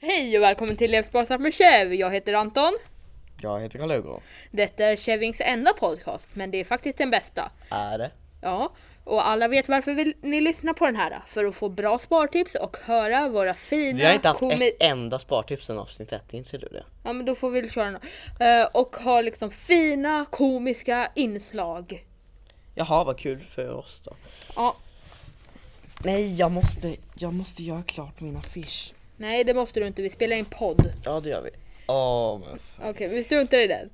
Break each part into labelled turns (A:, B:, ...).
A: Hej och välkommen till Lev sparsamt med Chev. Jag heter Anton.
B: Jag heter Karl Hugo.
A: Detta är Chevings enda podcast, men det är faktiskt den bästa.
B: Är det?
A: Ja, och alla vet varför vill ni lyssnar på den här. För att få bra spartips och höra våra fina...
B: Vi har inte haft
A: komi-
B: ett enda spartips sen avsnitt ett, inser du det?
A: Ja, men då får vi väl köra något. Eh, Och ha liksom fina komiska inslag.
B: Jaha, vad kul för oss då.
A: Ja,
B: Nej, jag måste, jag måste göra klart min affisch.
A: nej det måste du inte. Vi spelar in podd.
B: Ja, det gör vi. Åh, men f-
A: Okej, vi struntar i den.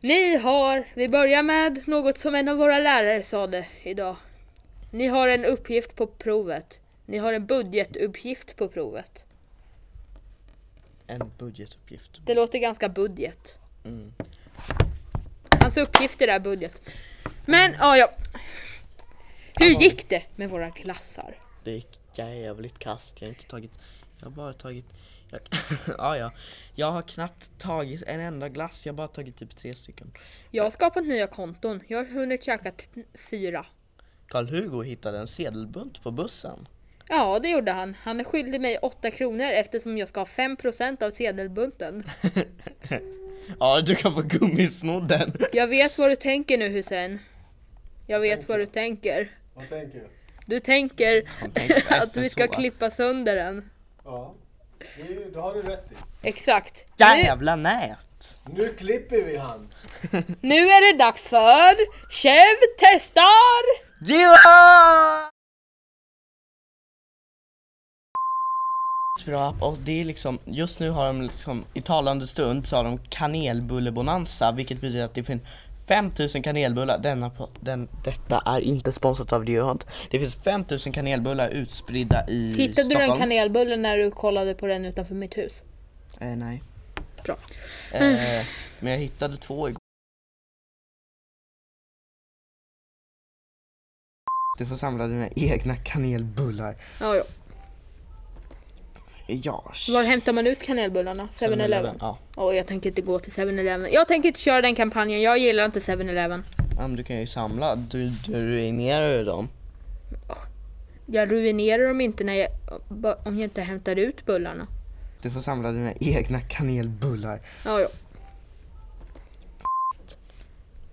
A: Ni har, vi börjar med något som en av våra lärare sade idag. Ni har en uppgift på provet. Ni har en budgetuppgift på provet.
B: en budgetuppgift.
A: Det låter ganska budget.
B: Mm.
A: Hans uppgifter är budget. Men ja, ja. Hur
B: Ja.
A: gick det med våra klassar?
B: Det gick jävligt kast. Jag har inte tagit, jag har bara tagit, jag, ja, ja. Jag har knappt tagit en enda glass, jag har bara tagit typ tre stycken.
A: Jag har skapat nya konton. Jag har hunnit käka t- fyra.
B: Karl Hugo hittade en sedelbunt på bussen.
A: Ja, det gjorde han. Han är skyldig mig 8 kronor eftersom jag ska ha 5% av sedelbunten.
B: Ja, du kan få gummisnodden.
A: Jag vet vad du tänker nu Hussein. Jag vet vad du tänker.
C: Vad tänker du?
A: Du tänker
B: tänker på
A: att vi ska
B: FSO.
A: klippa sönder den.
C: Ja, det, det har du rätt i.
A: Exakt. Nu,
B: Jävla nät!
C: Nu klipper vi han.
A: nu är det dags för Chev testar!
B: Ja! Bra, och det är liksom, just nu har de liksom, i talande stund så har de kanelbullebonanza vilket betyder att det finns 5000 kanelbullar, denna, på- den, detta är inte sponsrat av Deodorant. Det finns 5000 kanelbullar utspridda i
A: Hittade du
B: Stockholm.
A: den kanelbullen när du kollade på den utanför mitt hus?
B: Eh, nej.
A: Bra. Mm.
B: Eh, men jag hittade två igår. Du får samla dina egna kanelbullar.
A: Ja, ja.
B: Ja.
A: Var hämtar man ut kanelbullarna? 7-Eleven?
B: Ja,
A: Åh, jag tänker inte gå till 7-Eleven. Jag tänker inte köra den kampanjen. Jag gillar inte 7-Eleven.
B: Ja, men du kan ju samla. Du, du ruinerar ju dem.
A: Jag ruinerar dem inte när jag, om jag inte hämtar ut bullarna.
B: Du får samla dina egna kanelbullar.
A: Ja, ja.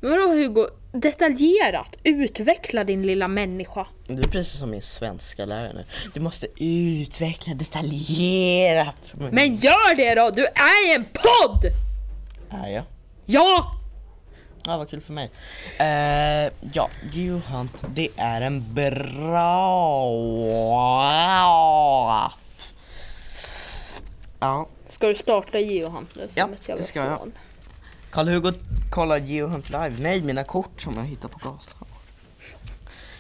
A: Men vadå Hugo? Detaljerat, utveckla din lilla människa.
B: Du är precis som min svenska lärare nu. Du måste utveckla detaljerat.
A: Men gör det då! Du är en podd!
B: Ja, ja.
A: Ja!
B: Ja, vad kul för mig. Eh, ja, Geohunt, det är en bra app. Ja,
A: Ska du starta geohunt nu? som
B: Ja,
A: ett jävla
B: det ska jag.
A: fån?
B: Karl-Hugo kollar Geohunt live. Nej, mina kort som jag hittar på Gaza.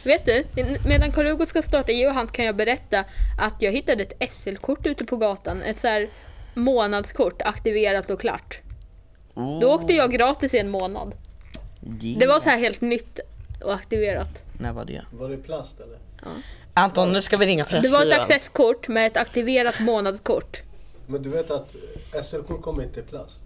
A: Vet du, medan Carl-Hugo ska starta geohunt kan jag berätta att jag hittade ett SL-kort ute på gatan. Ett så här månadskort, aktiverat och klart. Då åkte jag gratis i en månad. Det var så här helt nytt och aktiverat.
B: När var det?
C: Var det plast eller?
B: Anton, nu ska vi ringa
A: Det var
B: pressbyrån.
A: ett accesskort med ett aktiverat månadskort.
C: Men du vet att eh, SL-kort kommer inte i plast?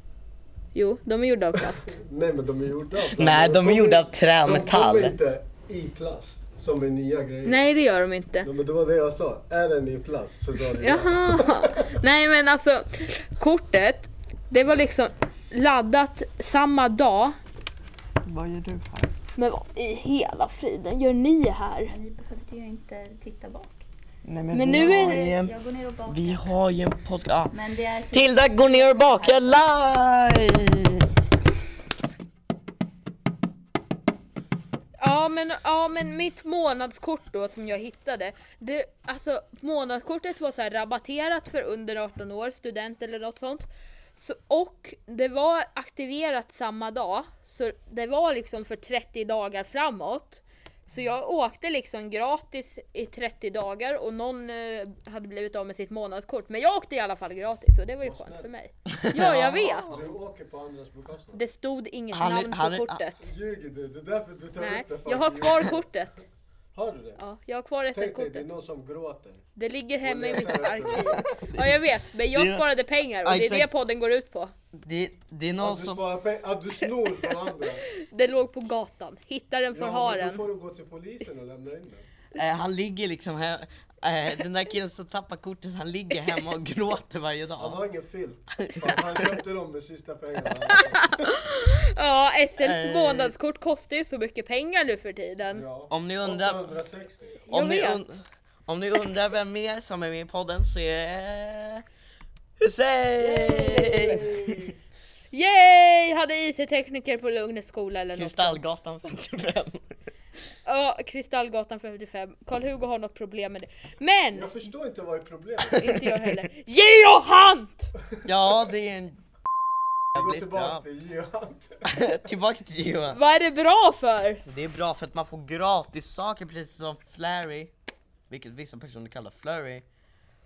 A: Jo, de är gjorda av plast.
C: Nej men de är gjorda av plast.
B: Nej, de är
C: kommer-
B: gjorda av trä och
C: De
B: metall.
C: kommer inte i plast som är nya grejer.
A: Nej, det gör de inte.
C: Ja, men det var det jag sa. Är den i plast så drar du den.
A: Jaha! Nej, men alltså kortet, det var liksom laddat samma dag.
B: Vad gör du här?
A: Men vad i hela friden gör ni här?
D: Ni behövde ju inte titta bak.
B: Nej, men
A: Men
B: vi,
A: nu
B: har
A: är-
B: ju en,
D: Jag går ner och bakar.
B: vi har ju en podcast. Ah.
D: Men det är typ...
B: Tilda går ner och bakar live!
A: Ja men, ja, men mitt månadskort då som jag hittade. Det, alltså månadskortet var så här rabatterat för under 18 år, student eller något sånt. Så, och det var aktiverat samma dag. Så det var liksom för 30 dagar framåt. Så jag åkte liksom gratis i 30 dagar och någon eh, hade blivit av med sitt månadskort. Men jag åkte i alla fall gratis och det var ju
C: Vad
A: skönt
C: snällt.
A: för mig. Ja, jag vet!
C: Du åker på andras bekostnad.
A: Det stod inget
B: Han är-
A: namn på
B: han är-
A: kortet.
C: Ljuger du? Det är därför du tar
A: Nej,
C: upp det. för
A: jag har
C: att-
A: kvar kortet.
C: Har du det?
A: Ja, jag har kvar
C: Tänk dig, det är
A: SL-kortet.
C: någon som gråter.
A: Det ligger hemma i
C: Och
A: mitt
C: letar efter
A: arkiv. Ja, jag vet. Men jag
B: Det är-
A: sparade pengar och
B: Ja,
A: det är det
B: exakt.
A: podden går ut på.
B: Det, det är någon
C: Att du,
B: som...
C: sparar peng- att du snor från andra.
A: Det låg på gatan. Hitta den för
C: Ja,
A: ha
C: men då
A: den.
C: får du gå till polisen och lämna in den.
B: Eh, han ligger liksom här... Eh, den där killen som tappar kortet, han ligger hemma och gråter varje
C: Han
B: dag.
C: har ingen filt. Fan, Han köpte dem med sista pengarna.
A: Ja, SLs
B: Eh.
A: månadskort kostar ju så mycket pengar nu för tiden.
C: Ja.
B: Om ni undrar-
C: 860.
A: Jag
B: Om ni,
A: vet.
B: und- om ni undrar vem mer som är med i podden så är det Hussein!
C: Hej!
A: Yay! Hade IT-tekniker på Lugnets skola eller något.
B: Kristallgatan 55.
A: Ja, Kristallgatan 55. Karl-Hugo har något problem med det. Men!
C: Jag förstår inte vad är problemet.
A: Inte jag heller. Geo Hunt!
B: Ja, det är en
C: Gå
B: jävligt
C: tillbaks
B: bra.
C: till Geant.
B: Tillbaka till Johan.
A: Vad är det bra för?
B: Det är bra för att man får gratis saker precis som Flurry. Vilket vissa personer kallar Flurry.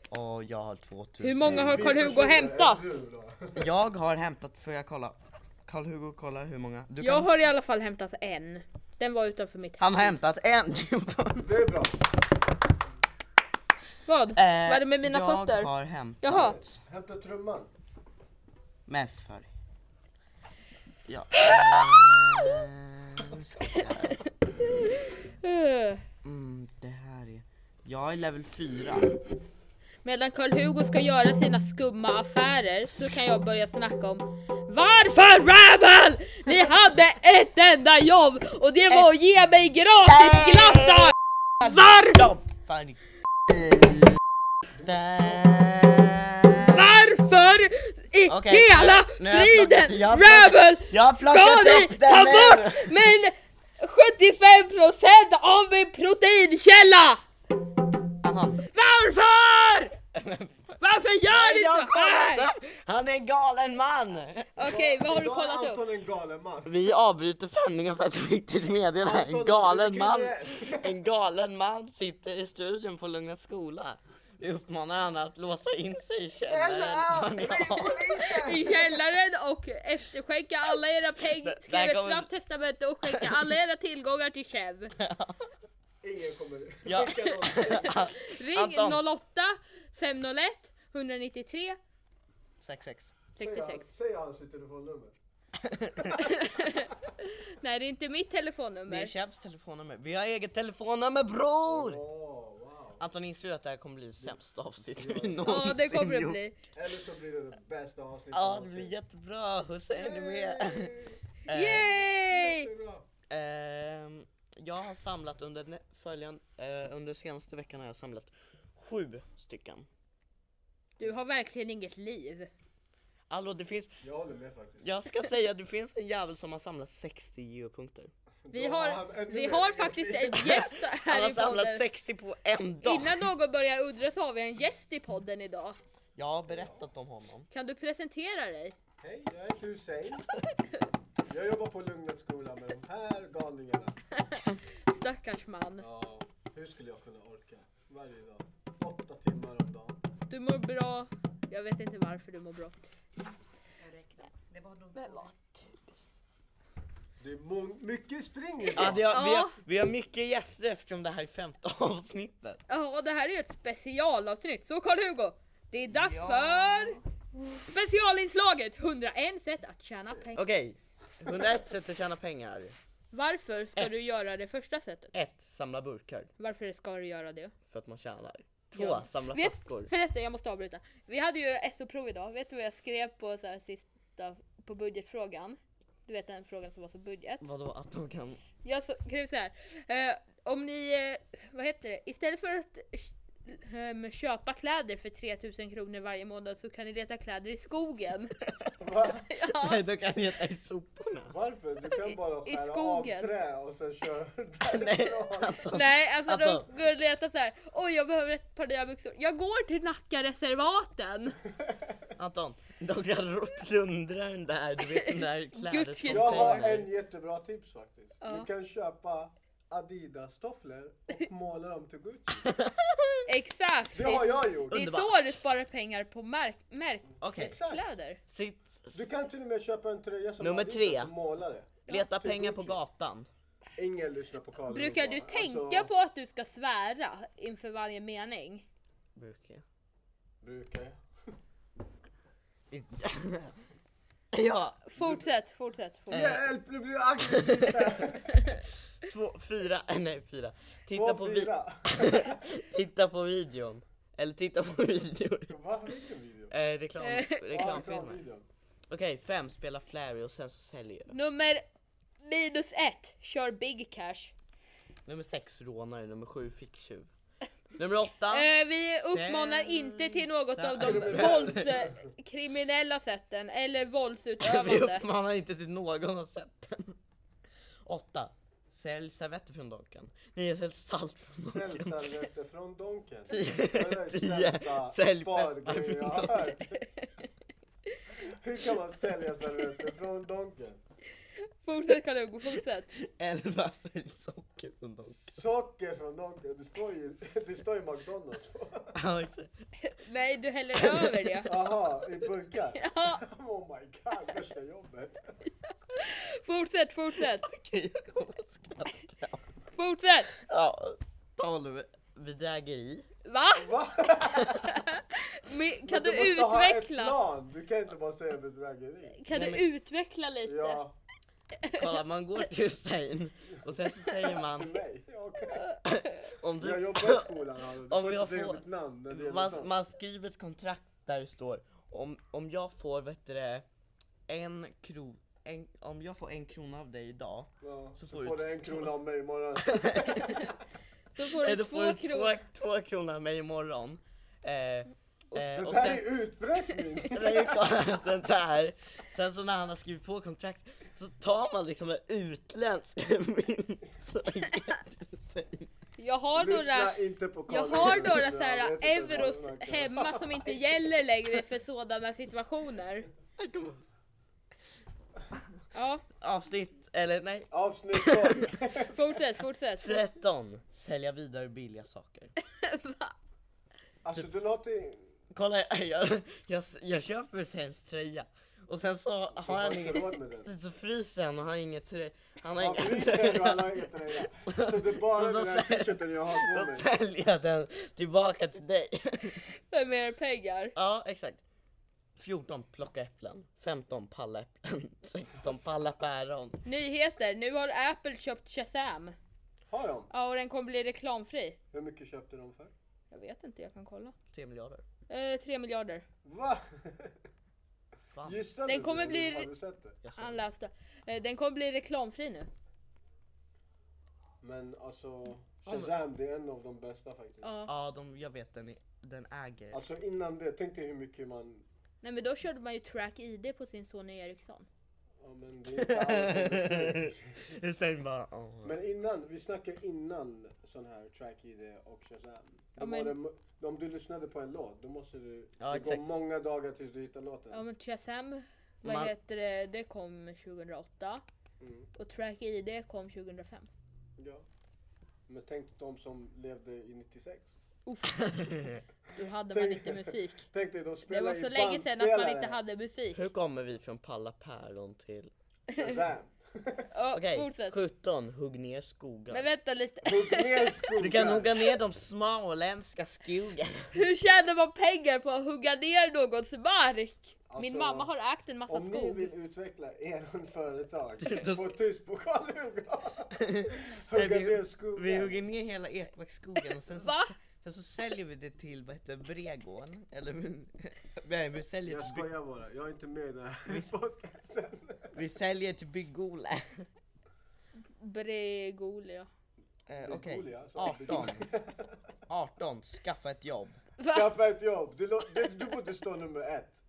B: Och jag har 2000.
A: Hur många har Karl-Hugo hämtat?
B: Jag har hämtat, får jag kolla? Karl-Hugo kolla hur många? Du
A: Jag
B: kan...
A: har i alla fall hämtat en. Den var utanför mitt
B: Han
A: hem.
B: har hämtat en!
C: Det är bra.
A: Vad?
B: Eh.
A: Vad är det med mina
B: jag
A: fötter?
B: Jag har hämtat...
A: Jaha.
C: Hämta trumman.
B: Men för... Ja. eh, ska vi se.
A: Eh.
B: Mm, det här är... Jag är level 4.
A: Medan Karl-Hugo ska göra sina skumma affärer så kan jag börja snacka om Varför Rabel? Ni hade ett enda jobb och det var att ge mig gratis glassar! Var,
B: Fan. Där.
A: varför i
B: Okej,
A: hela
B: nu- nu har jag plockat-
A: friden
B: jag har plockat-
A: Rabel
B: Jag har plockat
A: ska ni
B: upp den
A: ta
B: nu.
A: bort min 75% av min proteinkälla?
B: Han-
A: Varför? Varför gör ni
B: Jag
A: så här?
B: kollar inte. Han är en galen man!
A: Okej, vad har du
C: Då är
A: kollat upp?
C: Anton en galen man.
B: Vi avbryter sändningen för att ett viktigt meddelande. En galen man, en galen man sitter i studion på Lugnets skola. Vi uppmanar honom att låsa in sig i källaren.
A: i källaren och efterskänka alla era pengar,
B: Där- där
A: skriv ett
B: kommer-
A: snabbt testamente och skänka alla era tillgångar till Chev.
C: Ingen kommer
B: Ja.
C: skicka någonting.
A: Ring
B: Anton.
A: 08 501 193
B: 66.
A: 66.
C: Säg hans telefonnummer.
A: Nej det är inte mitt
B: Det är
A: telefonnummer.
B: Chefs telefonnummer. Vi har eget telefonnummer bror!
C: Åh, wow.
B: Anton inser ju att det här kommer bli det sämsta avsnittet vi
A: Ja det
B: någonsin
A: kommer det
B: gjort.
A: bli.
C: Eller så blir det det bästa avsnittet
B: Ja det blir jättebra, Hussein är med. Eh,
A: Yay!
C: jättebra.
B: Ehm, jag har samlat under nä- följan, eh, under senaste veckan har jag samlat sju stycken.
A: Du har verkligen inget liv.
B: Hallå det finns,
C: Jag håller med faktiskt.
B: jag ska säga det finns en jävel som har samlat 60 geopunkter.
A: Vi
C: Då har han
A: har,
C: ännu
A: vi
C: mer
A: har
C: än
A: faktiskt
C: vi.
A: en gäst
B: Han
A: här
B: har
A: i
B: samlat
A: podden.
B: 60 på en dag!
A: Innan någon börjar undra så har vi en gäst i podden idag.
B: Jag har berättat om honom.
A: Kan du presentera dig?
C: Hej, jag heter Hussein. Jag jobbar på Lugnets skola med de här galningarna.
A: Stackars man.
C: Ja, hur skulle jag kunna orka? Varje dag. Åtta timmar om dagen.
A: Du mår bra. Jag vet inte varför du mår bra.
C: Det är mång- mycket spring idag.
B: Ja, det har, vi,
A: Ja.
B: har, vi har mycket gäster eftersom det här är femte avsnittet.
A: Ja, och det här är ju ett specialavsnitt. Så Karl-Hugo, det är dags
B: Ja.
A: för specialinslaget 101 sätt att tjäna pengar.
B: Okej, 101 sätt att tjäna pengar.
A: Varför ska
B: Ett.
A: du göra det första sättet?
B: 1. Samla burkar
A: Varför ska du göra det?
B: för att man tjänar. 2.
A: Ja.
B: Samla
A: Vet-
B: flaskor.
A: Förresten, jag måste avbryta. Vi hade ju SO-prov idag. Vet du vad jag skrev på så här sista på budgetfrågan? Du vet den frågan som var så budget.
B: Vadå att de kan...
A: Jag så- skrev så här. Eh, om ni, eh, vad heter det? Istället för att ehm, köpa kläder för 3000 kronor varje månad så kan ni leta kläder i skogen.
C: Va?
A: Ja.
B: Nej de kan leta i soporna.
C: Varför? Du kan bara
A: I- i
C: skära av
A: skogen.
C: trä och sen köra
B: Nej,
C: därifrån.
B: Anton.
A: Nej, alltså
B: Anton.
A: de går och letar såhär, oj jag behöver ett par nya byxor. Jag går till Nackareservaten!
B: Anton, de kan ro- plundra den där, du vet den där
C: Jag har en
B: klädescontainern.
C: jättebra tips faktiskt.
A: Ja.
C: Du kan köpa Adidas-tofflor och måla dem till Gucci.
A: Exakt!
C: Det
A: Det,
C: har jag gjort.
A: det är
B: Underbart.
A: så du sparar pengar på märk- märkkläder.
B: Okej,
C: Exakt.
B: sitt,
C: Du kan till och med köpa en tröja som
B: Nummer
C: Adidas
B: tre.
C: och måla det.
B: leta
C: till
B: pengar på
C: Gucci.
B: gatan.
C: Ingen lyssnar på Karl
A: Brukar du
C: Alltså.
A: tänka på att du ska svära inför varje mening?
B: Brukar jag.
C: Brukar jag.
B: Ja,
A: Fortsätt, fortsätt, fortsätt.
B: Eh.
C: Hjälp, nu blir jag aggressiv!
B: två, fyra, äh, nej fyra. Titta
C: Två,
B: på, vi,
C: fyra.
B: titta på videon. Eller titta på videor.
C: Va? Vilken video?
B: Eh, reklam, reklamfilmer.
C: reklamvideon.
B: Okej, fem, spela Flary och sen så säljer jag.
A: Nummer minus ett, kör Big Cash.
B: Nummer sex, rånare. Nummer sju, ficktjuv. Nummer åtta.
A: Eh, vi uppmanar
B: Sen-
A: inte till något av de
B: sen-
A: våldskriminella sätten eller
B: Vi
A: våldsutövande.
B: uppmanar inte till någon av sätten. Åtta, sälj servetter från Donken. Nio, sälj salt från
C: Sälj
B: Donken.
C: servetter från Donken.
B: tio. Sälj peppar
C: spargrejer
B: från
C: jag har hört. Hur kan man sälja servetter från Donken?
A: Fortsätt Kalugo, fortsätt.
B: Elva, sälj socker från Donken.
C: Socker från Donken, det står ju, det står ju McDonalds på.
B: Ja, exakt.
A: Nej, du häller över det.
C: Aha, i burkar?
A: Ja,
C: Oh my god, värsta jobbet.
A: fortsätt, fortsätt,
B: Okej, jag kommer att skratta.
A: fortsätt.
B: Ja, tolv, bedrägeri.
A: Va?
C: Va?
A: Men,
C: Men
A: kan du,
C: måste ha ett
A: utveckla?
C: plan, du kan inte bara säga bedrägeri.
A: Kan
B: Nej,
A: du
B: men-
A: utveckla lite?
C: Ja,
B: Kolla, man går till Hussein och sen så säger
C: till
B: man
C: mig. Ja, Okej.
B: om
C: Jag
B: du...
C: jobbar i skolan Harald, du
B: Om
C: får
B: jag
C: inte säga
B: får-
C: mitt namn när det gäller
B: Man,
C: sånt.
B: man skriver ett kontrakt där det står om, om jag får vet du, det, en kro... En, om jag får en krona av dig idag
C: Ja,
B: så
C: så
B: får
C: får,
B: du
C: du en
B: två-
C: krona av mig imorgon.
A: Då får du
B: Nej, Eh, då
A: två
B: får du
A: kronor.
B: två, två kronor av mig imorgon. Eh, eh,
C: Det
B: och sen,
C: där är utpressning!
B: Nej, kolla, sen, så här, sen så när han har skrivit på kontrakt så tar man liksom en utländsk mynt som är jättesäker.
A: Jag har några
C: Lyssna inte på
A: Jag
C: Karl
A: har
C: Johan.
A: några så
C: Jag
A: här
C: vet inte vad
A: euros
C: han verkar.
A: hemma som inte gäller längre för sådana situationer. Ja,
B: Avsnitt, eller nej,
C: Avsnitt 12!
A: fortsätt, fortsätt.
B: 13. Sälja vidare billiga saker.
C: Alltså
B: Typ.
C: du låter...
B: Kolla, jag, jag, jag köper Husseins tröja och sen så
C: Jag
B: har
C: har
B: han
C: inte
B: inget,
C: råd med den.
B: så fryser han och har inget tröja. Han har
C: Ja, för nu
B: inget
C: säger du
B: tröja.
C: alla inget röja. Så det är bara
B: Så då
C: den här
B: säger-
C: t-shirten jag har på
B: Då
C: mig.
B: säljer jag den tillbaka till dig.
A: För mer pengar.
B: Ja, exakt. 14 plocka äpplen, 15 palla äpplen, 16 palla päron.
A: Nyheter, nu har Apple köpt Shazam.
C: Har de?
A: Ja, och den kommer bli reklamfri.
C: Hur mycket köpte de för?
A: Jag vet inte, jag kan kolla.
B: 3 miljarder.
A: Eh, 3 miljarder.
C: Va?
B: Fan.
C: Gissade
A: Den
C: du
A: kommer
C: eller
A: bli-
C: Har du sett det?
B: jag
A: Han
B: känner-
A: läste. Eh, den kommer bli reklamfri nu.
C: Men alltså,
B: men-
C: Shazam det är en av de bästa faktiskt.
A: Ja.
B: Ja, de, jag vet den, är- den äger.
C: Alltså innan det, tänk dig hur mycket man...
A: Nej men då körde man ju Track ID på sin Sony Ericsson.
C: Ja men det är inte alla som bestämmer.
B: Hussein bara oh.
C: typ. Men innan, vi snackar innan sån här track ID och Shazam.
A: Ja,
C: Ja,
A: men-
C: om du lyssnade på en låt, då måste du...
B: Ja,
C: det
B: exakt.
C: går många dagar tills du hittar låten.
A: Ja men Shazam, vad
B: Man-
A: heter det, det kom 2008.
C: Mm,
A: Och Track ID kom 2005.
C: ja. Men tänk de som levde i 96.
A: Då hade man inte musik.
C: Tänk dig, de
A: Det var
C: spelade
A: så
C: i
A: länge sedan att man
C: bandspelare.
A: inte hade musik.
B: Hur kommer vi från palla päron till...
C: Shazam!
A: Ja,
B: Okej,
A: fortsätt.
B: 17 hugg ner skogar.
A: Men vänta lite.
C: Hugg ner skogar!
B: du kan hugga ner de småländska skogarna.
A: Hur tjänar man pengar på att hugga ner någons mark? Min
C: Alltså,
A: mamma har ägt en massa
C: Om ni
A: skog.
C: vill utveckla er företag,
B: Då-
C: få tyst på Karl-Hugo!
B: Nej,
C: Hugga
B: vi,
C: ner
B: hu-
C: skogar!
B: vi hugger ner hela Ekbacksskogen och sen så,
A: Va?
B: sen så säljer vi det till vad heter det, Bregården. Eller nej, vi säljer
C: Jag
B: till, bygg,
C: skojar bara, jag är inte med i den här podcasten.
B: vi säljer till Eh, Bygg-Ole.
A: Bregolia.
B: Eh,
C: Bygg-Ole,
B: Okej,
C: ja, så
B: 18. 18, skaffa ett jobb.
A: Va?
C: Skaffa ett jobb! Du, lo- du, du borde stå nummer ett.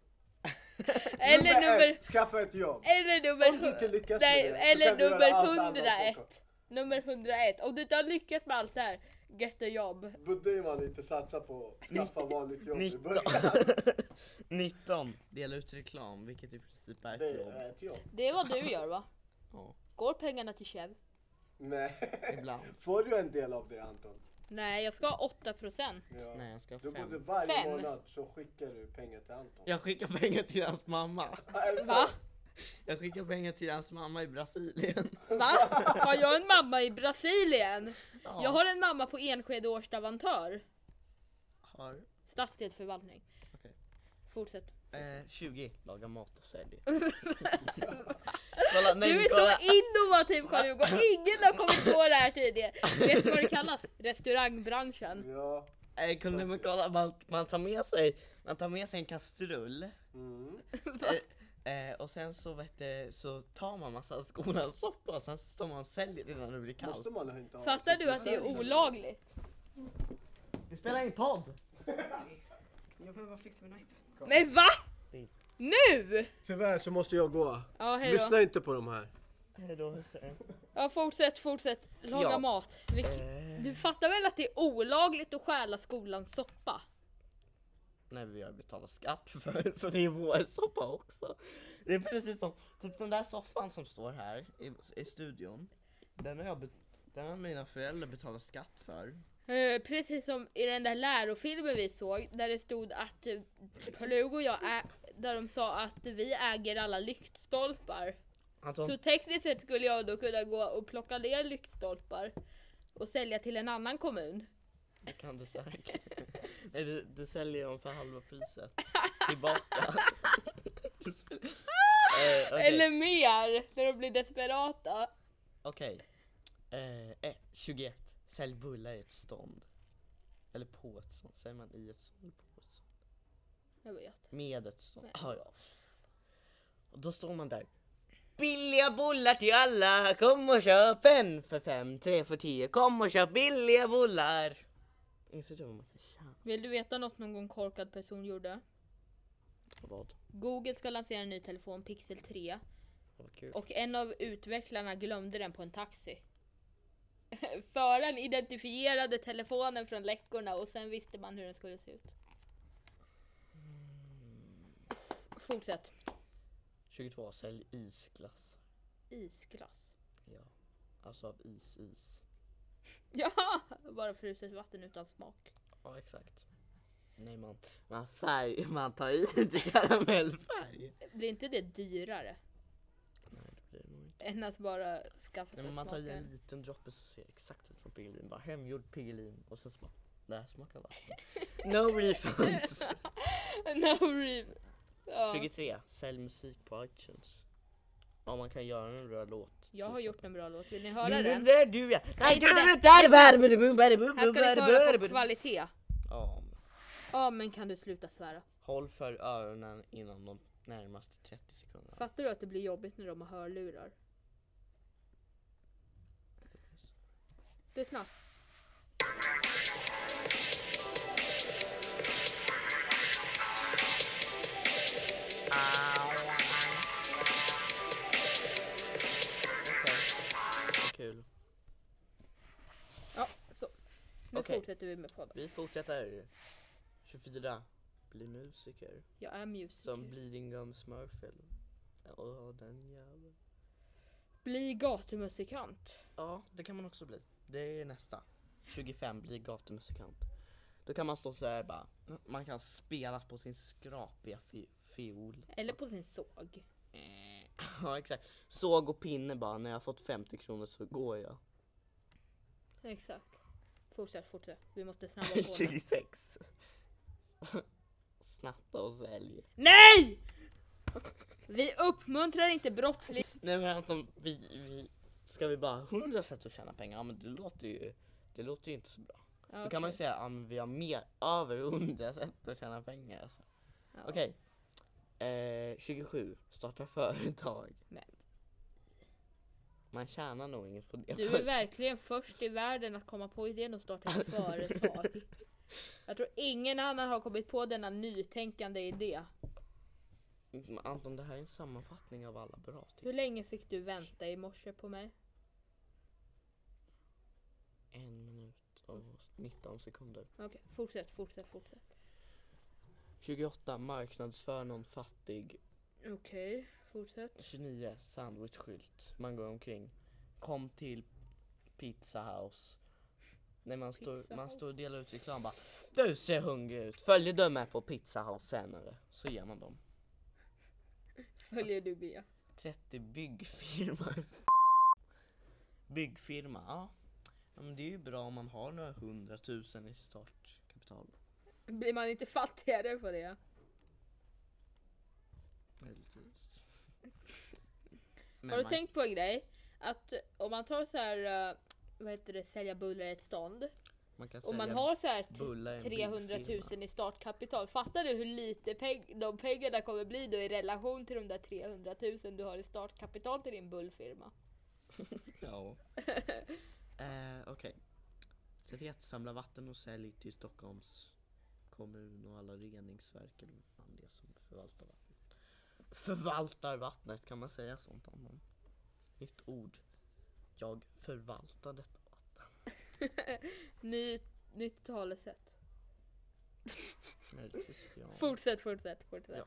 A: Eller nummer...
C: ett, skaffa ett jobb!
A: Eller nummer...
C: Om du inte lyckas med
A: Nej,
C: det, så
A: eller
C: kan du göra allt
A: nummer
C: annat som
A: 101. Nummer 101. Om du inte har lyckats med allt det här, get a job.
C: Då borde man inte satsa på att skaffa vanligt jobb i
B: 19.
C: början.
B: 19, dela ut reklam, vilket i princip är
C: Det
B: ett jobb.
C: är ett jobb.
A: Det är vad du gör va?
B: Ja,
A: Går pengarna till Chev?
C: Nej.
B: ibland.
C: Får du en del av det Anton?
A: Nej, jag ska ha 8%.
C: Ja.
B: Nej, jag ska ha
C: Du borde
B: fem.
C: varje
A: Fem.
C: månad så skickar du pengar till Anton.
B: Jag skickar pengar till hans mamma.
C: Alltså,
A: Va?
B: Jag skickar pengar till hans mamma i Brasilien.
A: Va? Har jag en mamma i Brasilien?
B: Ja.
A: Jag har en mamma på Enskede och Årstavantör.
B: Har...
A: Stadsdelsförvaltning.
B: Okej.
A: Fortsätt.
B: Eh, 20. Laga mat och sälj. kolla, nej,
A: du är
B: kolla.
A: så innovativ Carl Johan. Ingen har kommit på det här tidigare. Vet du vad det kallas? Restaurangbranschen.
C: Ja.
B: Eh, kolla, men kolla man, man, tar med sig, man tar med sig en kastrull.
C: Mm.
B: Eh, eh, och sen så, vet du, så tar man massa skolansoppor och sen så står man och säljer innan det blir kallt.
C: Måste man inte ha
A: Fattar du att det är olagligt?
B: Vi spelar in podd!
E: Jag behöver bara fixa min iPad.
A: Nej va? Nu?
C: Tyvärr så måste jag gå.
A: Ja hejdå.
C: Lyssna inte på de här.
B: Hejdå Hussein.
A: Ja fortsätt, fortsätt. Laga
B: Ja. Eh.
A: mat. Vilk- Du fattar väl att det är olagligt att stjäla skolans soppa?
B: Nej vi har betalat skatt för det, så det är vår soppa också. Det är precis som, typ den där soffan som står här i, i studion. Den har, jag, bet- den har mina föräldrar betalat skatt för.
A: Eh, precis som i den där lärofilmen vi såg där det stod att eh, Plug och jag, ä- där de sa att vi äger alla lyktstolpar.
B: Anton,
A: Så tekniskt sett skulle jag då kunna gå och plocka ner lyktstolpar och sälja till en annan kommun.
B: kan du säga? Nej du, du säljer dem för halva priset. Tillbaka. Du säljer- eh, okej.
A: Eller mer, för att bli desperata.
B: Okej. Eh, eh, 21. Sälj bullar i ett stånd. Eller på ett stånd. Säger man i ett stånd? eller På ett stånd.
A: Jag vet.
B: Med ett stånd.
A: Nej.
B: Ah, ja. Och då står man där. Billiga bullar till alla. Kom och köp en för fem, tre för tio. Kom och köp billiga bullar. Inser du vad man kan köpa?
A: Vill du veta något någon korkad person gjorde?
B: Vad?
A: Google ska lansera en ny telefon, Pixel 3.
B: Vad kul.
A: Och en av utvecklarna glömde den på en taxi. Föraren identifierade telefonen från läckorna och sen visste man hur den skulle se ut. Fortsätt.
B: 22. Sälj isglass.
A: Isglass.
B: Ja. Alltså av is, is.
A: Ja, bara fruset vatten utan smak.
B: Ja exakt. Nej man, man färg, man tar i till karamellfärg.
A: Blir inte det dyrare
B: Nej det blir det nog inte.
A: än att bara skaffa sig
B: Nej, men man tar i en
A: smaken?
B: liten droppe så ser det exakt ut som Piggelin. Bara hemgjord Piggelin och sen så bara, det här smakar vatten. No refunds!
A: No ream. Ja.
B: 23, sälj musik på iTunes. Ja man kan göra en bra låt.
A: Jag
B: till
A: har gjort
B: exempel.
A: en bra låt, vill ni höra
B: Nu,
A: den?
B: nu, där du ja! Nej
A: inte
B: du
A: den.
B: du, där var det, bum, bär det, bum,
A: Här
B: bum,
A: ska
B: bär
A: ni
B: det,
A: få höra
B: bär det,
A: på
B: bum.
A: kvalitet.
B: Ja,
A: Ja men kan du sluta svära?
B: Håll för öronen inom de närmaste 30 sekunderna.
A: Fattar du att det blir jobbigt när de har hörlurar? Lyssna.
B: Okej, vad kul.
A: Ja, så. Nu
B: Okej.
A: fortsätter vi med podden.
B: Vi fortsätter. 24. Bli musiker.
A: Jag är musiker.
B: Som Bleeding Gum Smurfel. Ja, den jäveln.
A: Bli gatumusikant.
B: Ja, det kan man också bli. Det är nästa. 25. Bli gatumusikant. Då kan man stå så här bara. Man kan spela på sin skrapiga fi- fiol.
A: Eller på sin såg.
B: Eh, Ja, exakt. Såg och pinne bara. När jag har fått 50 kronor så går jag.
A: Exakt. Fortsätt, fortsätt. Vi måste snabba på nu.
B: 26. Snatta och sälj.
A: Nej! Vi uppmuntrar inte brottslighet.
B: Nej men Anton, vi, vi, ska vi bara ha hundra sätt att tjäna pengar? Ja men det låter ju, det låter ju inte så bra.
A: Ja,
B: Då kan man ju
A: okej.
B: säga att ja, men vi har mer, över hundra sätt att tjäna pengar. Alltså.
A: Ja.
B: Okej. Eh, 27, starta företag.
A: Men-
B: Man tjänar nog inget på det.
A: Du är verkligen först i världen att komma på idén att starta ett företag. Jag tror ingen annan har kommit på denna nytänkande idé.
B: Men Anton det här är en sammanfattning av alla bra tips.
A: Hur länge fick du vänta i morse på mig?
B: En minut och
A: Mm.
B: 19 sekunder.
A: Okej, fortsätt, fortsätt, fortsätt.
B: 28, marknadsför någon fattig
A: Okej, fortsätt.
B: 29 sandwichskylt. Man går omkring. Kom till Pizza House. När man står,
A: Pizza
B: man
A: House.
B: står och delar ut reklam bara. Du ser hungrig ut. Följer du med på Pizza House senare? Så ger man dem.
A: Följer du med?
B: 30 byggfirma. byggfirma, ja. ja. men det är ju bra om man har några hundratusen i startkapital.
A: Blir man inte fattigare på det?
B: precis. Men
A: Har du
B: man-
A: tänkt på en grej? Att om man tar så här, eh, vad heter det, sälja bullar i ett stånd.
B: man kan
A: Om man
B: sälja-
A: har så här
B: bullar i en
A: 300 000
B: bilfirma.
A: i startkapital, fattar du hur lite peng de pengarna kommer bli då i relation till de där 300 000 du har i startkapital till din bullfirma?
B: Ja. eh, Okej. Så det är att samla vatten och sälj till Stockholms kommun och alla reningsverk eller vad fan det är som förvaltar vattnet. Förvaltar vattnet, kan man säga sånt om någon? Nytt ord. Jag förvaltar detta vatten.
A: Ny, nytt talesätt.
B: Möjligtvis jag.
A: Fortsätt, fortsätt, fortsätt.
B: Ja.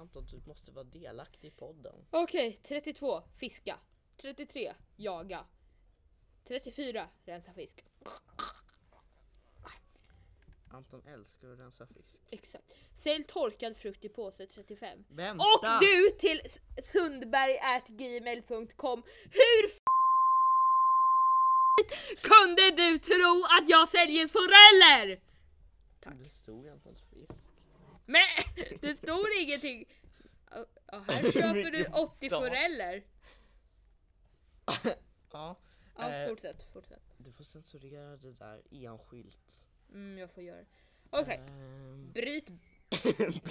B: Anton, du måste vara delaktig i podden.
A: Okej, 32. Fiska. 33. Jaga. 34. Rensa fisk.
B: Anton älskar att rensa fisk.
A: Exakt. Sälj torkad frukt i påse 35.
B: Vänta!
A: Och du till sundberg.gmail.com Hur f- kunde du tro att jag säljer foreller?
B: Det stod i Antons fisk.
A: Men det står ingenting. Ja, här köper du
B: Mycket
A: 80
B: bra.
A: foreller.
B: Ja.
A: Ja,
B: eh,
A: fortsätt, fortsätt.
B: du får censurera det där enskilt.
A: Mm, jag får göra det. Okej, Eh,
B: Ehm,
A: bryt...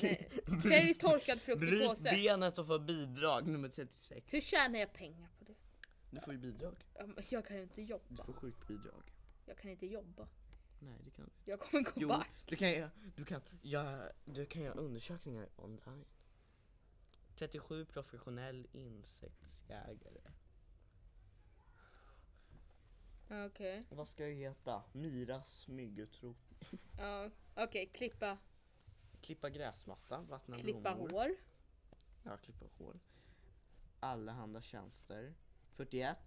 A: Nej. Sälj torkad frukt i
B: Bryt
A: påse.
B: benet och få bidrag nummer 36.
A: Hur tjänar jag pengar på det?
B: Du får ju bidrag.
A: Ja, men Jag kan ju inte
B: Du
A: jobba.
B: får sjukbidrag.
A: Jag kan inte jobba.
B: Nej det kan du
A: Jag kommer gå back.
B: du kan göra, du kan, göra, du kan göra undersökningar online. 37 professionell insektsjägare.
A: Okej.
B: Vad ska jag heta? Miras myggutrop.
A: Ja, Okej, klippa,
B: Klippa gräsmatta, vattna
A: klippa
B: blommor.
A: hår.
B: Ja, klippa hår. Allehanda tjänster. 41.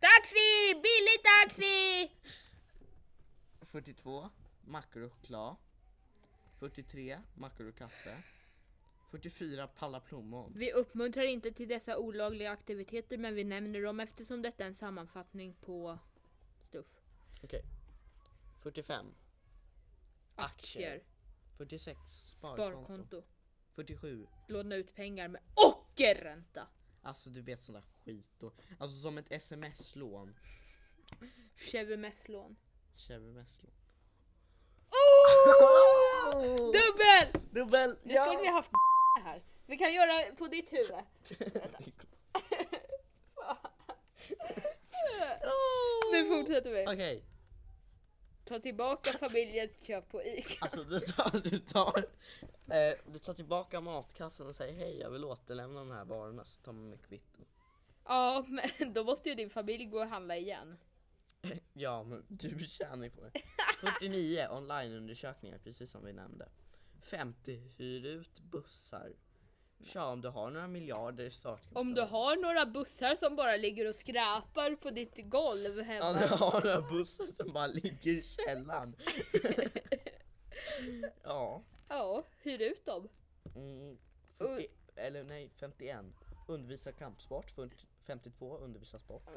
A: Taxi! Billig taxi!
B: 42 makrochoklad. 43 makrokaffe. 44 palla plommon.
A: Vi uppmuntrar inte till dessa olagliga aktiviteter men vi nämner dem eftersom detta är en sammanfattning på stuff.
B: Okej. 45.
A: Aktier.
B: 46. Sparkonto.
A: Sparkonto.
B: 47.
A: Låna ut pengar med ockerränta.
B: Alltså du vet sån där skit då. Alltså som ett sms-lån.
A: Chevemes-lån.
B: Sms-lån.
A: Dubbel!
B: Dubbel!
A: Oh! Nu skulle vi haft här. Vi kan göra på ditt huvud. Nu fortsätter vi.
B: Oh! Okej,
A: Ta tillbaka familjens köp på ICA.
B: alltså du tar, du, tar, eh, du tar tillbaka matkassen och säger hej jag vill återlämna de här varorna så tar man med kvitto.
A: Ja, men då måste ju din familj gå och handla igen.
B: Ja, men du tjänar ju på det. 49 onlineundersökningar, precis som vi nämnde. 50 hyr ut bussar. Tja, om du har några miljarder i startkapital.
A: Om du har några bussar som bara ligger och skräpar på ditt golv hemma.
B: Ja, du har några bussar som bara ligger i källaren. ja.
A: Ja, hyr ut dem.
B: Mm, 40, eller nej, 51. Undervisa kampsport. 40, 52. Undervisa sport.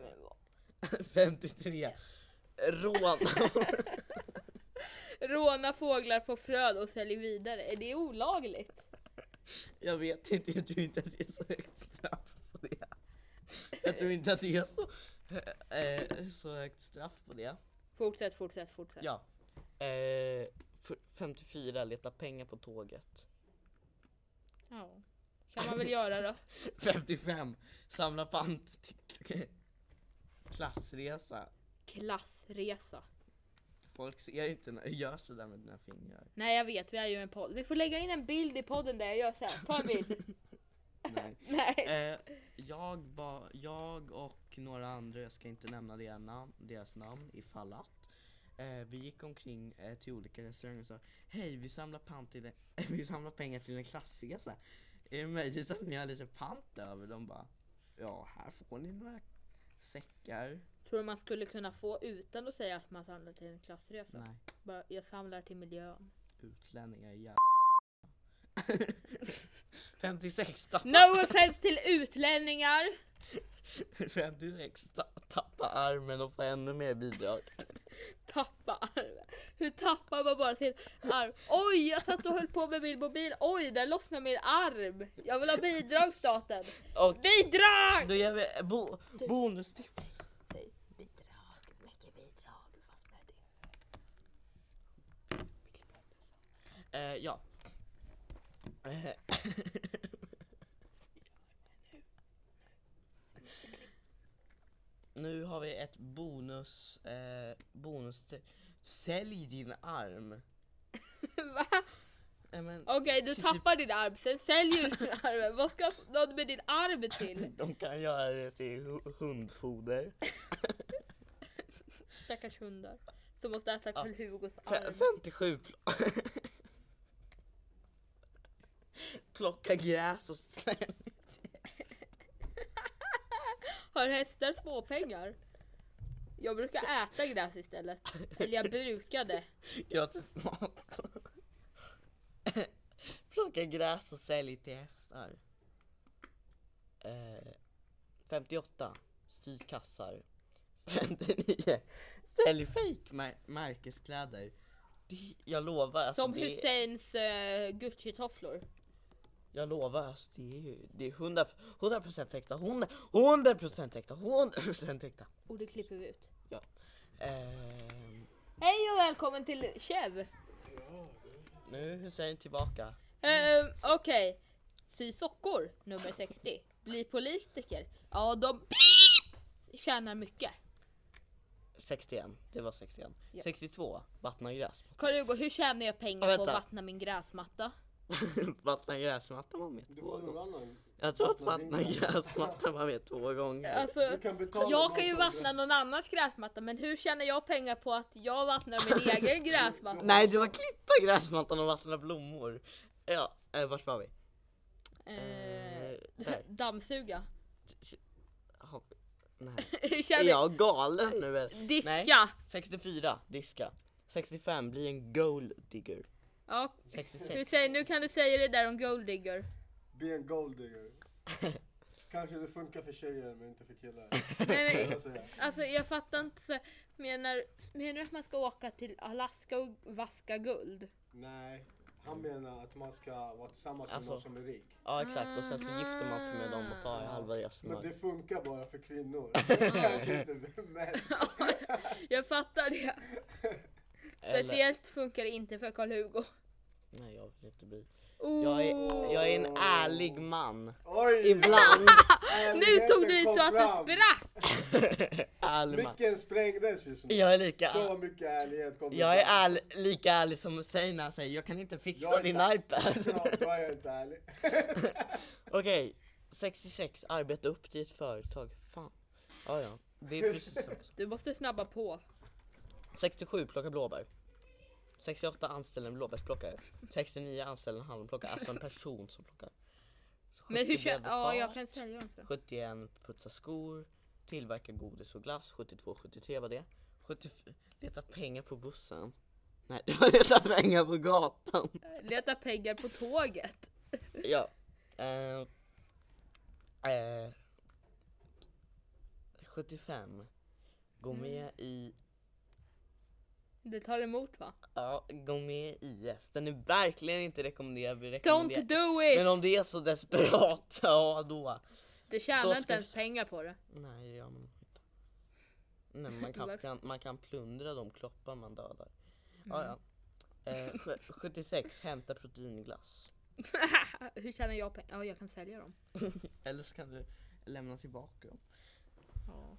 B: 53. Rån.
A: Råna fåglar på frön och sälj vidare. Är det olagligt?
B: Jag vet inte, jag tror inte att det är så högt straff på det. Jag tror inte att det är så, eh, så högt straff på det.
A: Fortsätt, fortsätt, fortsätt.
B: Ja. Eh, f- 54, leta pengar på tåget.
A: Ja. Kan man väl göra då?
B: 55, samla pant till klassresa.
A: Klassresa.
B: Folk ser inte när du gör sådär med dina fingrar.
A: Nej jag vet, vi är ju en podd. Vi får lägga in en bild i podden där jag gör så här. Ta en bild.
B: Nej.
A: Nej.
B: Eh, jag, var, jag och några andra, jag ska inte nämna deras namn, deras namn ifall att. Eh, vi gick omkring eh, till olika restauranger och sa Hej vi samlar, pant till en, vi samlar pengar till en klassresa. Är det möjligt att ni har lite pant över? De bara Ja här får ni några säckar.
A: Tror du man skulle kunna få utan att säga att man samlar till en klassresa?
B: Nej
A: Bara, jag samlar till miljön.
B: utlänningar är jävla 56 tapp-
A: No offense till utlänningar!
B: 56 ta- tappa armen och få ännu mer bidrag.
A: Tappa armen. Hur tappar man bara till arm? Oj, jag satt och höll på med min mobil. Oj, där lossnade min arm. Jag vill ha bidrag staten.
B: Och
A: Bidrag!
B: då gör vi bo- bonustips.
A: Säg bidrag, mycket bidrag. Vad med det?
B: Eh, ja. Eh, nu har vi ett bonus... Eh, bonus... Sälj din arm.
A: Va?
B: Nej, men,
A: Okej, du
B: Typ-
A: tappar din arm, sen säljer du din arm. Vad ska någon med din arm till?
B: De kan göra det till hu- hundfoder.
A: Stackars hundar. Som måste äta
B: Ja.
A: Karl-Hugos
B: Fe-
A: arm.
B: 57 pl- Plocka gräs och sen...
A: Har hästar småpengar? Jag brukar äta gräs istället. Eller jag brukade.
B: Gratis mat. Plocka gräs och sälj till hästar. Eh, 58. Sy kassar. 59. Sälj fake mär- märkeskläder. Det, jag lovar. Alltså,
A: Som
B: det,
A: Husseins eh, Gucci-tofflor.
B: Jag lovar, alltså, det är ju det är 100, 100% äkta. 100, 100% äkta. 100% äkta.
A: Och det klipper vi ut.
B: Ja. Ehm,
A: Hej och välkommen till Chev!
B: nu är Hussein tillbaka.
A: Ehm, Okej. Sy sockor, nummer 60. Bli politiker. Ja, de tjänar mycket.
B: 61. Det var 61.
A: Ja.
B: 62. Vattna gräs.
A: Karl-Hugo, hur tjänar jag pengar
B: Ja,
A: på att
B: vänta.
A: vattna min gräsmatta?
B: vattna gräsmattan var med
C: Du
B: två
C: får någon
B: gånger.
C: annan.
B: Jag tror att
C: vattna din
B: vattna gräsmattan var med två gånger.
A: Alltså,
C: Du kan betala
A: jag
C: någon
A: kan ju
C: som-
A: vattna någon annans gräsmatta, men hur tjänar jag pengar på att jag vattnar min egen gräsmatta?
B: Nej, det var klippa gräsmattan och vattna blommor. Ja, eh, vart var vi?
A: Eh,
B: där.
A: dammsuga.
B: Ja, Nej.
A: Hur
B: Är
A: känner
B: jag galen nu eller?
A: Diska!
B: Nej. 64. Diska. 65. Bli en gold digger.
A: Ja, du
B: 66.
A: säger, nu kan du säga det där om golddigger.
C: Be en golddigger. Kanske det funkar för tjejer men inte för killar.
A: Nej,
C: kan
A: men,
C: jag säga.
A: alltså jag fattar inte. så- Menar, menar du att man ska åka till Alaska och vaska guld?
C: Nej, han menar att man ska vara tillsammans med
B: Alltså.
C: någon som är rik.
B: Ja exakt och sen så gifter man sig med dem och tar
C: Aha.
B: halva deras
C: Ah. Men det
B: förmögenhet.
C: funkar bara för kvinnor. Kanske inte för män.
A: Jag fattar det.
B: Eller,
A: Speciellt funkar det inte för Karl-Hugo.
B: nej jag vill inte bli.
A: Oh.
B: Jag är, jag är en ärlig man.
C: Oj!
B: Ibland.
A: Nu tog du i så att det
C: sprack!
A: sprack!
B: ärlig man.
C: Mycket sprängdes just nu.
B: Jag är lika
C: Så mycket ärlighet kom det
B: Jag är
C: fram.
B: ärl, lika ärlig som Hussein när han säger jag kan inte fixa
C: Jag är
B: din
C: inte-
B: iPad.
C: Ja, då är jag inte ärlig.
B: Okej, 66, arbeta upp till ett företag. Fan. Ja, ja. Det är precis samma sak.
A: Du måste snabba på.
B: 67, plocka blåbär. 68, anställ en blåbärsplockare. 69, anställ en halmplockare. Alltså en person som plockar.
A: Men hur
B: 70, bli
A: känner... Ja, jag
B: advokat.
A: kan sälja dem sen.
B: 71 putsa skor, tillverka godis och glass, 72, 73 var det. 74, leta pengar på bussen. Nej, det var leta pengar på gatan.
A: Leta pengar på tåget.
B: Ja. Eh, eh, 75. Gå
A: Mm.
B: med i,
A: Det tar emot va?
B: ja, gå med i IS. Den är verkligen inte rekommenderad. Vi
A: Don't
B: rekommenderar.
A: do
B: Men
A: it!
B: om det är så desperat, ja då.
A: Du
B: då
A: tjänar
B: ska
A: inte ens
B: vi-
A: pengar på det.
B: Nej, det gör man nog inte. Nej, men man kan,
A: Varför?
B: kan, man kan plundra de kloppar man dödar. Ja,
A: Mm.
B: ja. Eh, sj- 76. Hämta proteinglass.
A: Ah, Hur tjänar jag pengar? Ja, jag kan sälja dem.
B: Eller så kan du lämna tillbaka dem.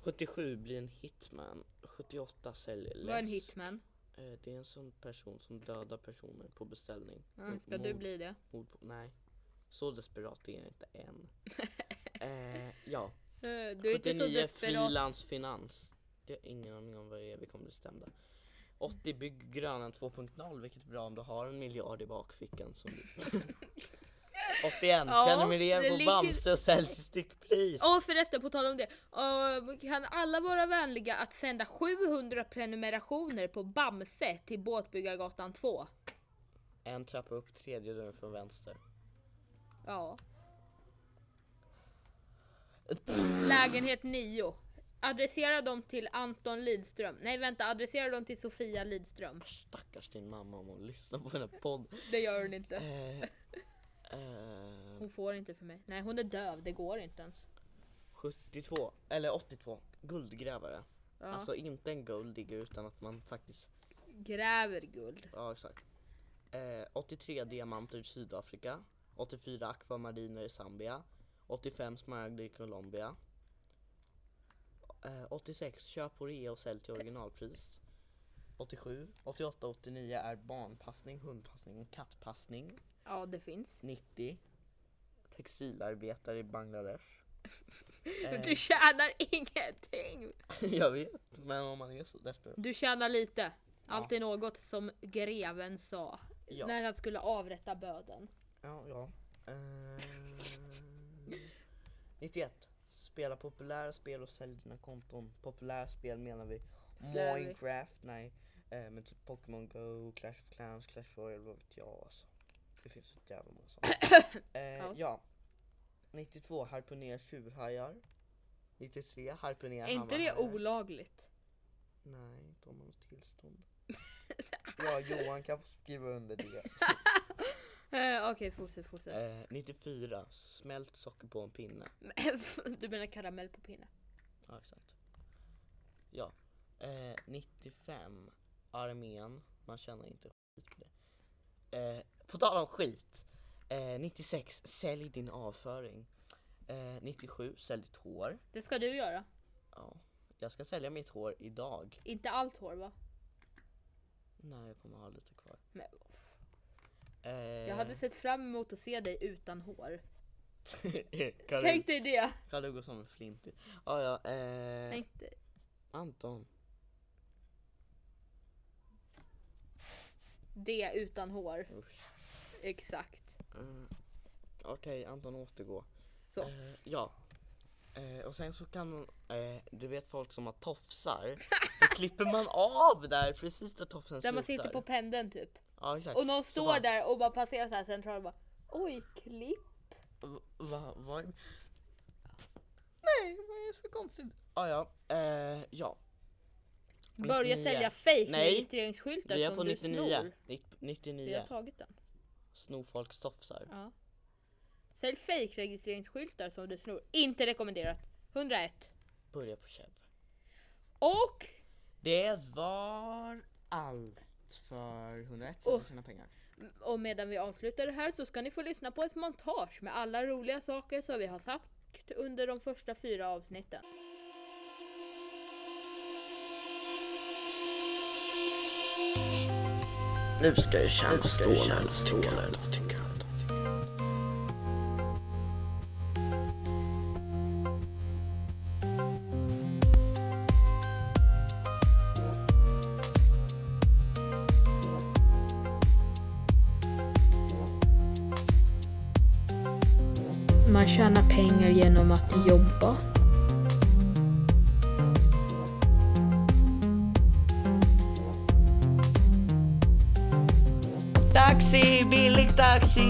B: 77 blir en hitman. 78 säljer läsk.
A: Var en hitman.
B: Eh, Det är en sån person som dödar personer på beställning.
A: Ja,
B: Och
A: ska du
B: mord-
A: bli det?
B: mord på, nej. Så desperat är jag inte än. eh, ja.
A: Eh, Du är inte så
B: 79
A: desperat.
B: frilansfinans. Det har ingen aning om vad det är, vi kommer bli stämda. 80 Bygg Grönan 2.0 vilket är bra om du har en miljard i bakfickan som du... 81
A: Ja,
B: Prenumerera
A: det
B: på
A: ligger-
B: Bamse och sälj till styckpris.
A: Ja förresten på tal om det. Eh, kan alla vara vänliga att sända 700 prenumerationer på Bamse till Båtbyggargatan 2?
B: En trappa upp, tredje dörren från vänster.
A: Ja. Lägenhet 9. adressera dem till Anton Lidström. Nej vänta, adressera dem till Sofia Lidström.
B: Stackars din mamma om hon lyssnar på den här podden.
A: Det gör hon inte.
B: Eh, eh,
A: Hon får inte för mig. Nej hon är döv, det går inte ens.
B: 72, eller 82, guldgrävare.
A: Ja.
B: Alltså inte en golddigger utan att man faktiskt,
A: Gräver guld.
B: ja exakt. Eh, 83 diamanter i Sydafrika. 84 akvamariner i Zambia. 85 smaragder i Colombia. Eh, 86 köp på rea och sälj till originalpris. 87, 88, 89 är barnpassning, hundpassning och kattpassning.
A: Ja det finns.
B: 90 Textilarbetare i Bangladesh
A: Du tjänar ingenting!
B: Eh, Jag vet, men om man är så desperat
A: Du tjänar lite. Alltid något som greven sa.
B: Ja.
A: När han skulle avrätta böden.
B: Ja, ja Eh, 91 Spela populära spel och sälj dina konton Populära spel menar vi
A: Flurry.
B: Minecraft, nej eh, Men typ Pokémon Go, Clash of Clans, Clash Royale, vad vet jag alltså Det finns så jävla många sådana eh,
A: Ja.
B: ja. 92 Harpunera tjurhajar 93 Harpunera
A: Är inte det
B: hammarhajar.
A: olagligt?
B: Nej, inte om man har tillstånd. ja, Johan kan få skriva under det.
A: Eh, Okej, fortsätt, fortsätt.
B: Eh, 94. Smält socker på en pinne.
A: du menar karamell på pinne?
B: Ja, exakt. Ja. Eh, 95. Armén. Man känner inte skit på det. Eh, på tal om skit. Eh, 96. Sälj din avföring. Eh, 97. Sälj ditt hår.
A: Det ska du göra.
B: Ja. Jag ska sälja mitt hår idag.
A: Inte allt hår va?
B: Nej, jag kommer ha lite kvar.
A: Men,
B: Eh,
A: jag hade sett fram emot att se dig utan hår.
B: Karin-
A: Tänk dig det!
B: Karl Hugo som en flint. Ja, ja, eh,
A: Tänk dig.
B: Anton.
A: Det utan hår.
B: Usch.
A: Exakt.
B: Eh, Okej, Anton återgå.
A: Så.
B: Eh, ja. Eh, och sen så kan man, eh, du vet folk som har tofsar. Då klipper man av där precis där tofsen
A: Där man
B: slutar.
A: sitter på pendeln typ.
B: Ja, exakt.
A: Och någon
B: Så
A: står
B: bara,
A: där och bara passerar så här central och bara Oj, klipp.
B: Va, va, vad- Nej, vad är det för konstigt? Ah, ja, eh, ja.
A: Börja
B: 99.
A: sälja fake
B: Nej,
A: registreringsskyltar
B: Vi är
A: som
B: på
A: du
B: 99.
A: snor.
B: Nitt-
A: Vi har
B: 99.
A: tagit den.
B: Snor folks tofsar.
A: Ja. Sälj fake registreringsskyltar som du snor. Inte rekommenderat. 101.
B: Börja på köp.
A: Och
B: Det var allt för 101 som
A: Åh.
B: oh. tjänar pengar.
A: Och medan vi avslutar det här så ska ni få lyssna på ett montage med alla roliga saker som vi har sagt under de första fyra avsnitten.
B: Nu ska jag tjäna stålar, stålar, tycker jag.
A: Man tjänar pengar genom att jobba.
B: Taxi, billig taxi.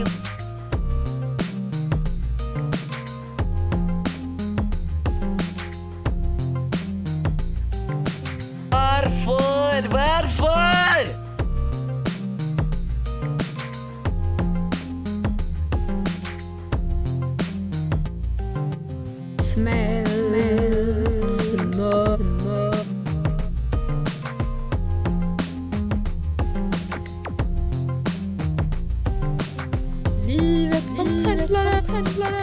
B: Varför? Varför?
A: Smäll, smör, smör. Livet som pendlare, pendlare.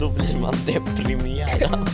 B: Då blir man deprimerad.